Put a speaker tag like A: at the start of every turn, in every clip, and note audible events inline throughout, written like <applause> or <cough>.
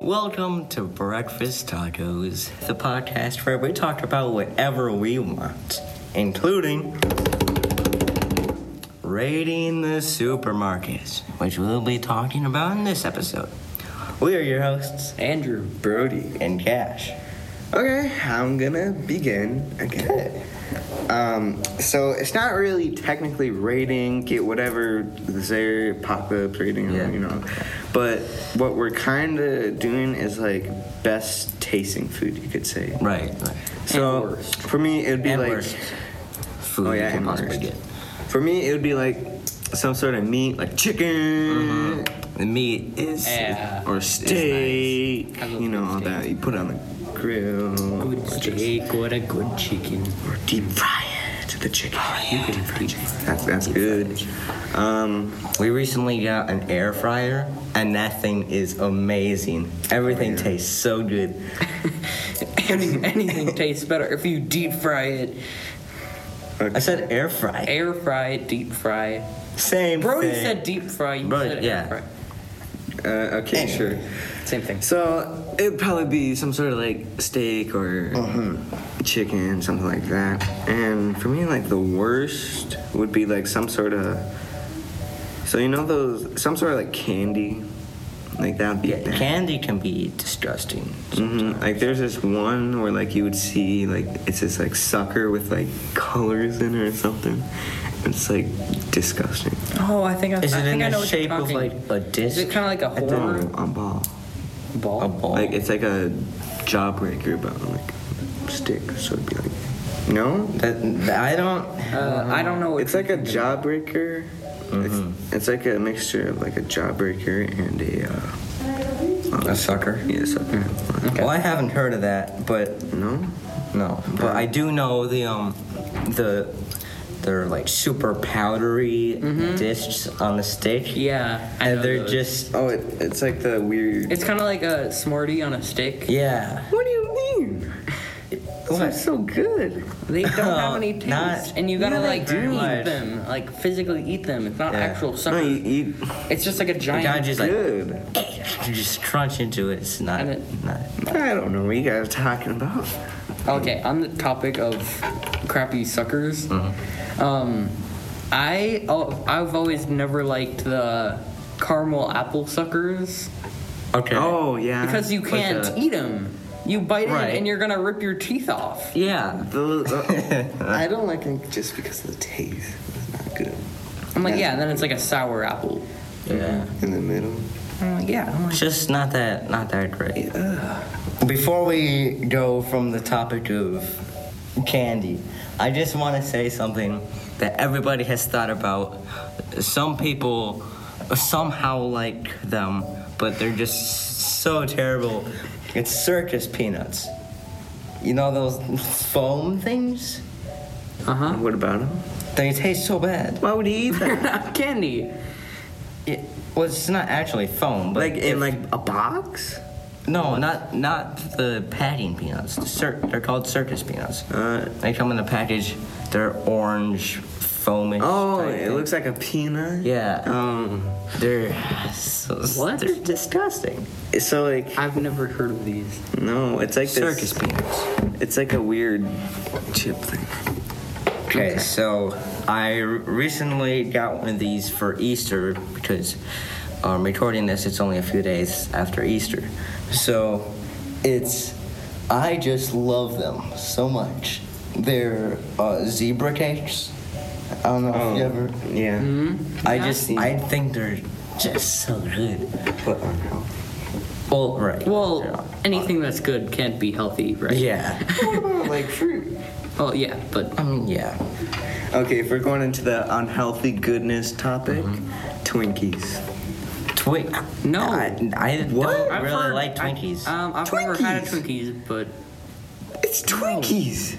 A: Welcome to Breakfast Tacos, the podcast where we talk about whatever we want, including raiding the supermarkets, which we'll be talking about in this episode. We are your hosts,
B: Andrew, Brody.
A: and Cash.
B: Okay, I'm gonna begin again. Um, so it's not really technically rating, get whatever there, pop ups, rating,
A: Yeah.
B: you know. But what we're kind of doing is like best tasting food, you could say.
A: Right. right.
B: So
A: worst.
B: for me, it'd be
A: And
B: like
A: worst food
B: Oh, yeah,
A: you can
B: and
A: possibly
B: worst.
A: get.
B: for me, it would be like some sort of meat, like chicken
A: The meat is
C: Yeah.
B: or steak,
C: I love
B: you know,
C: good
B: all
C: steak.
B: that. You put it on the grill.
C: Good
B: or just-
C: steak, what a good chicken.
B: Or deep fry it to the chicken.
A: Oh,
C: You can deep fry.
B: That's, that's good. Um,
A: We recently got an air fryer, and that thing is amazing.
C: Oh,
A: Everything tastes so good.
C: <laughs> Any, anything tastes better if you deep fry it,
A: I said air fry.
C: air fry it, deep fry.
A: Same
C: Brody
A: thing.
C: said deep fry. You
A: Brody,
C: said
A: yeah.
C: air fry.
B: uh, okay, sure.
C: Same thing.
B: So it'd probably be some sort of like steak or
A: Mm-hmm.
B: chicken, something like that. And for me, like the worst would be like some sort of. So you know those some sort of like candy, like that would be.
A: Yeah,
B: bad.
A: candy can be disgusting.
B: Mhm. Like there's this one where like you would see like it's this like sucker with like <laughs> colors in it or something. It's like disgusting.
C: Oh, I think I,
A: Is
C: I
A: it
C: think
A: in
C: I know
A: the
C: what
A: shape
C: you're
A: of
C: talking.
A: like a
C: Is
A: disc?
C: it kind of like
B: A
C: a
B: ball,
C: horror
B: a ball.
C: ball?
A: A ball.
B: Like it's like a jawbreaker, but on, like stick. So it'd be like no.
A: That- that- I don't.
C: Uh, I don't know. What
B: It's like a jawbreaker. It's, it's like a mixture of like a jawbreaker and a uh,
A: A sucker.
B: yeah sucker.
A: Well, I haven't heard of that, but
B: No.
A: no. But I do know the um, the they're like super powdery discs on the stick.
C: yeah, Mm-hmm. I
A: and
C: know
A: they're
C: those.
A: just
B: Oh, it, it's like the weird.
C: It's kind of like a Smartie on a stick.
A: yeah.
B: What do you mean?
A: What?
B: It's so good.
C: They don't have any taste,
A: Not-
C: and you gotta
A: Yeah, they
C: like
A: do.
C: eat
A: Nice.
C: them, like physically eat them. It's not
A: Yeah.
C: actual
B: No,
C: sucker.
B: you, you
C: it's just like a
A: The guy
C: giant.
A: just like
B: good.
A: you <laughs> just crunch into it. It's not.
C: And it-
A: not
B: I don't know what you guys are talking about.
C: Okay, on the topic of crappy suckers, um, I oh, I've always never liked the caramel apple suckers
A: okay.
B: Oh yeah. uh,
C: because you
A: Like
C: can't 'em.
A: the-
C: eat them. You bite
A: Right.
C: it and you're gonna rip your teeth off.
A: Yeah.
B: uh, I don't like it just because of the taste. It's not good
C: I'm like,
B: Yeah.
C: yeah, and then it's like a sour apple.
A: Yeah.
B: in the middle.
C: I'm like, yeah, I'm like,
A: It's just not that not that great. Before we go from the topic of candy, I just want to say something that everybody has thought about. Some people somehow like them, but they're just so terrible. It's circus peanuts. You know those foam things?
C: uh huh.
B: What about him?
A: They taste so bad.
B: Why would he eat that?
C: <laughs> Candy.
A: It, well, it's not actually foam, but
B: like
A: it-
B: in like a box?
A: No, not not the padding peanuts. The cir- they're called circus peanuts.
B: Uh,
A: They come in a package. They're orange, foamy.
B: oh, it
C: eh?
B: looks like a peanut.
A: Yeah,
B: Um.
A: they're so,
C: What?
A: They're disgusting.
B: So like
C: I've never heard of these.
B: no, it's like
A: Circus
B: this.
A: peanuts.
B: It's like a weird chip thing.
A: Okay, so I r- recently got one of these for Easter because um, recording this, it's only a few days after Easter. So it's, I just love them so much. They're uh, zebra cakes. I don't know
C: Oh.
A: if you ever.
B: Oh, Yeah.
C: Mm-hmm.
A: I
C: Yeah.
A: just, I think they're just so good.
B: But on how?
A: Well, right.
C: Well, anything that's good can't be healthy, right?
A: yeah.
B: What about, like fruit?
C: Oh yeah, but
A: I mean, yeah.
B: Okay, if we're going into the unhealthy goodness topic,
C: Mm-hmm.
B: Twinkies.
A: Twink.
C: No.
A: I, I
B: What?
A: don't
C: I've
A: really
C: heard-
A: like Twinkies.
C: I, um, I've never had a
B: Twinkies.
C: Twinkies, but
B: It's Twinkies.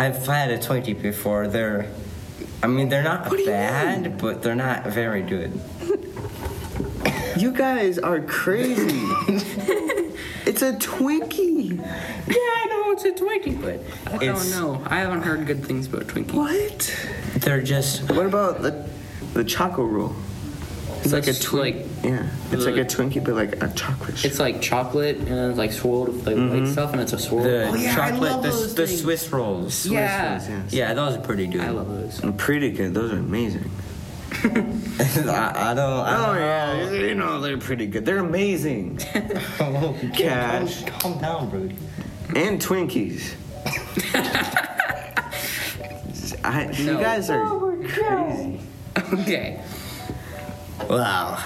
A: I've had a Twinkie before. They're, I mean, they're not
B: What do you
A: bad, but they're not very good.
C: Oh.
B: You guys are crazy.
C: <laughs>
B: it's a Twinkie.
C: Yeah, I know it's a Twinkie, but I
A: It's-
C: don't know. I haven't heard good things about Twinkies.
B: What?
A: They're just
B: What about the the choco roll? It's like a
C: That's
B: Twinkie.
C: like-
B: yeah, it's like
C: the-
B: a Twinkie, but like a chocolate. chip.
C: It's like chocolate and then it's like swirled with like
A: Mm-hmm.
C: white stuff and it's a swirl.
A: The
B: Oh, yeah, I
A: chocolate,
B: love
A: the,
B: those
A: the
B: things.
A: Swiss rolls.
C: yeah.
B: Swiss rolls, yes.
A: Yeah, those are pretty good.
C: Oh, I
A: <laughs>
C: love those. <laughs>
B: pretty good. Those are amazing.
A: I, I don't.
B: Oh
A: I
B: yeah, you know they're pretty good. They're amazing.
C: Oh.
A: don't know.
B: Cash.
A: Calm, calm down, bro.
B: and Twinkies. I, You
C: No.
B: guys are crazy.
C: Okay.
A: Wow.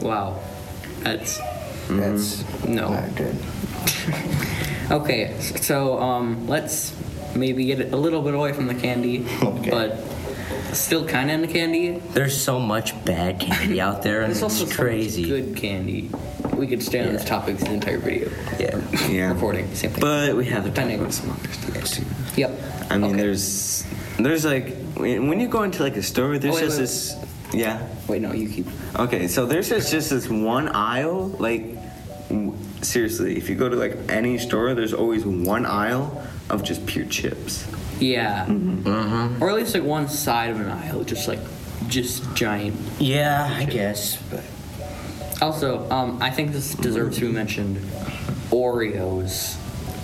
C: Wow. That's
A: That's
C: No.
A: not good.
C: okay. So um, let's maybe get a little bit away from the candy,
A: <laughs> Okay.
C: but still kind of in the candy.
A: There's so much bad candy out there, and
C: There's
A: it's
C: also so much
A: crazy.
C: good candy. We could stay on this
A: Yeah.
C: topic the entire video.
A: Yeah.
B: Yeah.
C: Recording. Same thing.
B: But we have to talk
C: Depending.
B: about some other stuff too.
C: yep.
B: I mean,
C: Okay.
B: there's there's like when when you go into like a store, there's
C: wait,
B: just
C: wait.
B: this yeah.
C: Wait, no, you keep.
B: Okay, so there's just, just this one aisle. Like, w- seriously, if you go to like any store, there's always one aisle of just pure chips.
C: Yeah.
A: Mm-hmm.
C: Or at least like one side of an aisle, just like, just giant.
A: Yeah, I guess. But
C: Also, um, I think this deserves to be mentioned. Oreos.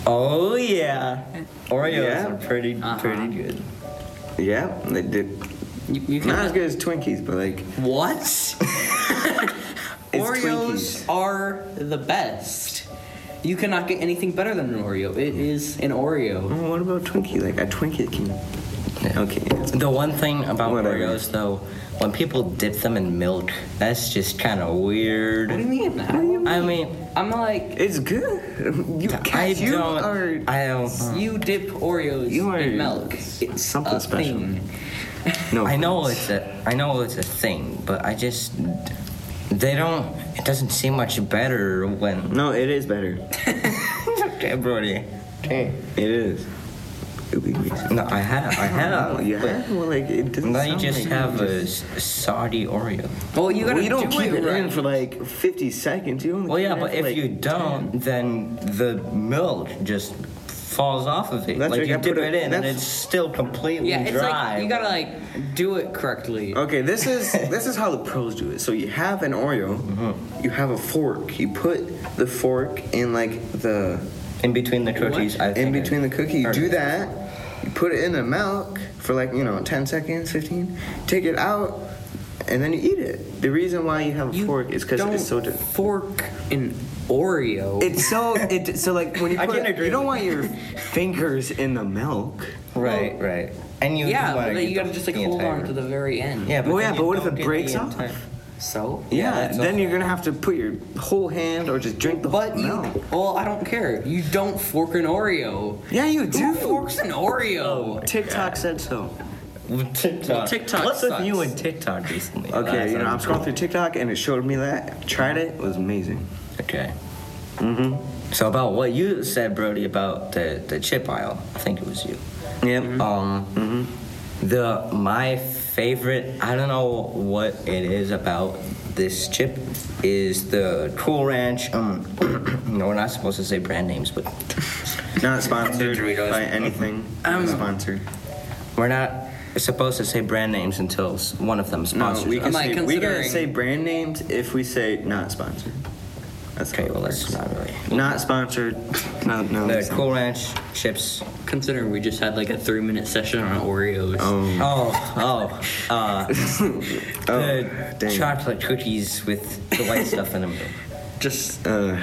A: oh yeah, Oreos
B: Yeah.
A: are pretty,
C: Uh-huh.
A: pretty good.
B: Yeah, they did.
C: You, you can
B: Not as good as Twinkies, but like <laughs>
C: What?
B: It's
C: Oreos
B: Twinkies.
C: are the best. You cannot get anything better than an Oreo. It is an Oreo.
B: Oh, what about Twinkie? Like a Twinkie can. Okay. it's-
A: The one thing about
B: Whatever.
A: Oreos, though, when people dip them in milk, that's just kind of weird.
C: What do you mean?
A: I mean,
C: I'm like,
B: It's good. You
A: I
B: you
A: don't.
B: are
A: I don't.
C: you dip Oreos
B: You are
C: in milk. It's
B: something
C: a
B: special.
C: thing.
B: no.
A: I know
B: offense.
A: it's a. I know it's a thing, but I just. They don't. It doesn't seem much better when. <laughs>
B: No, it is better.
A: okay, Brody.
B: It is.
A: No, I had. I had.
B: Oh, <laughs>
A: a,
B: yeah. Well, like it doesn't.
A: Now you
B: sound
A: just
B: like
A: have
B: you
A: a
B: just-
A: s- Saudi Oreo.
C: Well, you gotta
B: well, you don't
C: do
B: keep it,
C: right.
B: in for like 50 seconds. You only.
A: Well,
B: keep
A: yeah,
B: it in
A: but
B: for,
A: if
B: like,
A: you don't, then the milk just falls off of it.
B: That's
A: like
B: right,
A: you
B: I
A: dip
B: put a-
A: it in, and
B: that's-
A: it's still completely
C: yeah, it's
A: dry.
C: like you gotta like do it correctly.
B: Okay, this is this is how the pros do it. So you have an Oreo, you have a fork. You put the fork in like the
A: in between the cookies. I
B: in
A: think I-
B: between the cookie. You
A: or-
B: do that. You put it in the milk for like you know 10 seconds, 15. Take it out, and then you eat it. The reason why you have a
C: You
B: fork is because
C: don't
B: it's so. Di-
C: fork an Oreo.
B: it's so it so like when you
A: I
B: put
A: can
B: it,
A: agree
B: you don't
A: with
B: want your fingers in the milk.
A: Right, right. And you
C: yeah,
A: do wanna
C: but
A: get
C: you gotta
A: the-
C: just like
A: the
C: hold
A: entire-
C: on to the very end.
A: Yeah, but,
B: Well,
A: then
B: Oh, yeah,
A: you
B: but what if
A: don't
B: it
A: get the
B: breaks off?
A: entire-
C: So
A: Yeah,
B: Yeah,
A: that's
B: then
A: awful.
B: you're gonna have to put your whole hand or just drink the
C: But
B: whole
C: you,
B: milk.
C: well, I don't care. You don't fork an Oreo.
B: Yeah, you do.
C: Who forks an
B: Oh
C: Oreo?
B: TikTok said so.
A: Well, TikTok.
C: TikTok
A: What's with you
C: sucks.
A: and TikTok recently?
B: Okay,
A: That's
B: you know, I'm
A: un-
B: scrolling through TikTok and it showed me that. Tried it, it was amazing.
A: Okay. Mm-hmm. So about what you said, Brody, about the the chip aisle. I think it was you.
B: Yep.
A: Um,
B: Mm-hmm.
A: the my favorite. I don't know what it is about this chip. Is the Cool Ranch? Um, <clears throat> no, we're not supposed to say brand names, but
B: Not sponsored
A: Doritos.
B: by anything.
C: Um,
B: Not sponsored.
A: we're not supposed to say brand names until s- one of them
B: No,
A: sponsors.
B: we can
A: us.
C: Am I
B: say, we can
C: considering-
B: say brand names if we say not sponsored. That's
A: Okay,
B: how it
A: well that's
B: works.
A: not really.
B: <laughs> Not sponsored. No, no.
A: The
B: it's not.
A: Cool Ranch chips.
C: Considering we just had like a three-minute session on Oreos.
B: Um,
A: Oh, oh, uh,
B: <laughs> oh,
A: the
B: dang.
A: chocolate cookies with the
B: <laughs>
A: white stuff in them.
C: Just
B: uh,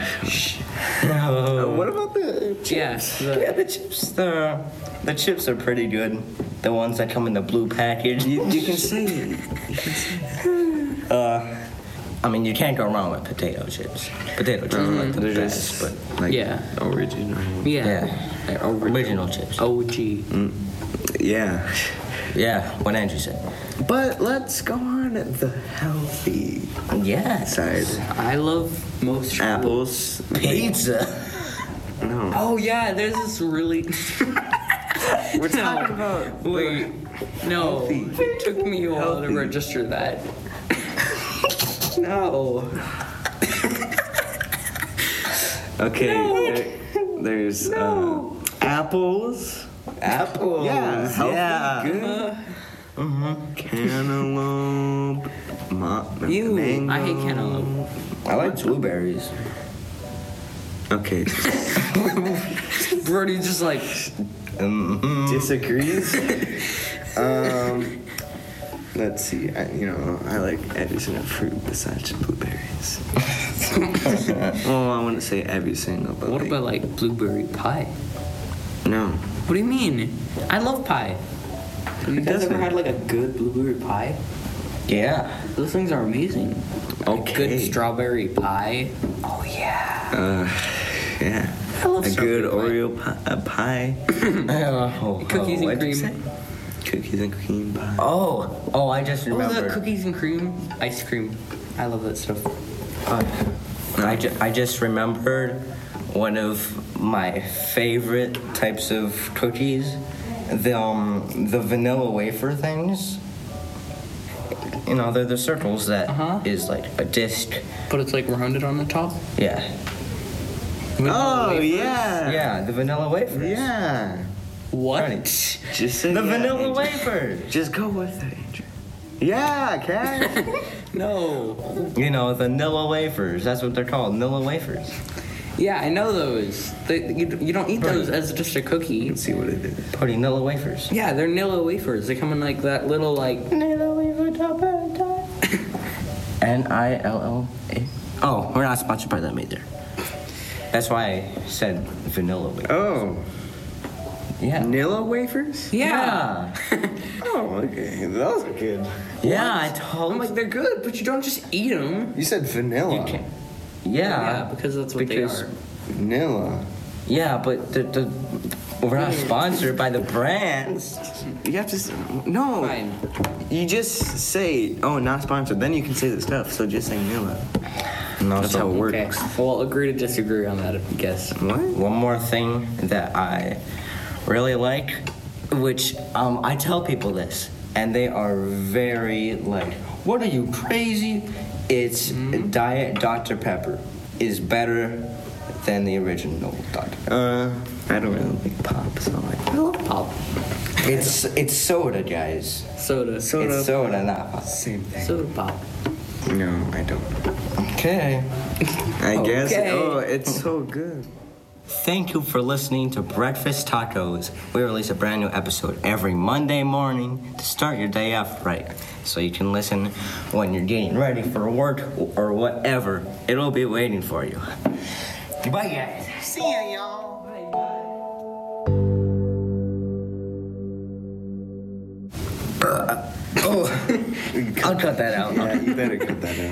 A: Oh.
B: what about the
C: yeah. the-
A: Yeah, the chips. The the chips are pretty good. The ones that come in the blue package.
B: You, you can say it.
A: I mean, you can't go wrong with potato chips. Potato chips are like the
B: Mm-hmm. They're
A: best,
B: just
A: but
B: like
C: Yeah.
B: original.
C: yeah.
A: yeah,
C: They're Oreo.
A: original Mm. chips.
B: Oh. <laughs>
C: OG.
B: Yeah.
A: Yeah, what Andrew said.
B: But let's go on the healthy
A: Yeah,
B: side.
C: I love most
A: Uh.
B: Apples.
A: pizza.
B: No.
C: Oh yeah, there's this really. <laughs>
B: We're talking about
C: Wait, no. It took me a while to register
A: <laughs>
C: that. no.
B: Okay. there- there's uh, apples.
A: Apples.
B: Yeah. Healthy,
A: yeah.
C: Uh,
B: Good. mm-hmm. cantaloupe, ma-
C: Ew,
B: mango.
C: I hate cantaloupe.
A: I like blueberries.
B: Okay.
C: Brody's just like,
A: Mm-hmm.
C: <laughs>
B: Disagrees. um, let's see. I, you know, I like every single fruit besides
C: <laughs>
B: blueberries. well, I wouldn't say every single, but
C: what
B: like,
C: about like blueberry pie?
B: no?
C: What do you mean? I love pie. Have you guys ever
B: doesn't?
C: had like a good blueberry pie?
A: Yeah.
C: Those things are amazing.
B: Okay.
C: Good strawberry pie. Oh yeah.
B: Uh, yeah.
C: I love
B: a good
C: strawberry
B: Oreo pie, a pie,
A: oh,
C: Hmm. Uh, Cookies and
A: what'd you
C: cream.
A: say?
B: cookies and cream pie.
A: Oh, oh, I just
C: Oh, the
A: remembered.
C: cookies and cream ice cream. I love that stuff.
A: Uh, I, ju- I just remembered one of my favorite types of cookies, the um, the vanilla wafer things. You know, they're the circles that is
C: Uh-huh.
A: like a disc.
C: But it's like rounded on the top.
A: Yeah,
B: Oh yeah.
A: yeah, the vanilla wafers.
B: Yeah.
C: What?
B: Just say
A: the
B: yeah,
A: vanilla
B: Andrew.
A: wafers.
B: Just go with it, Andrew. Yeah, Cash.
C: No.
A: You know, the vanilla wafers. That's what they're called, vanilla wafers.
C: Yeah, I know those. They, you, you don't eat those as just a
B: <laughs>
C: cookie.
B: Let's see what it is.
A: Pretty vanilla wafers.
C: Yeah, they're Nilla wafers. They come in like that little like.
A: N I L L A. Oh, we're not sponsored by them either. That's why I said vanilla wafer.
B: Oh,
A: Yeah.
B: vanilla wafers?
A: Yeah.
B: Oh, okay. Those are good.
A: Yeah, I
C: I'm
A: told
C: like they're good, but you don't just eat them.
B: You said vanilla.
A: can't-
C: Yeah,
A: Yeah.
C: because that's what
A: because-
C: they are.
B: Vanilla.
A: Yeah, but the, the, we're not sponsored by the brands.
B: You have to. s- No.
C: Fine.
B: You just say, oh, not sponsored. Then you can say the stuff. So just say vanilla.
A: No,
B: That's how it works.
C: Okay. Well, agree to disagree on that, I guess.
B: What?
A: One more thing that I really like, which um, I tell people this, and they are very like, "What are you crazy?" It's Diet Dr Pepper is better than the original Dr. Pepper.
B: Uh, I don't really like pop, so like.
C: I love pop.
A: It's it's soda, guys.
C: Soda.
A: It's soda, not pop.
B: Same thing.
C: Soda pop.
B: No, I don't.
A: Okay.
B: I guess.
C: Okay.
B: Oh, it's so good.
A: Thank you for listening to Breakfast Tacos. We release a brand new episode every Monday morning to start your day off right. So you can listen when you're getting ready for work or whatever. It'll be waiting for you. Bye, guys. See ya, y'all. Uh, oh, I'll cut that out. Uh, oh. <laughs>
B: Yeah, you better cut that out.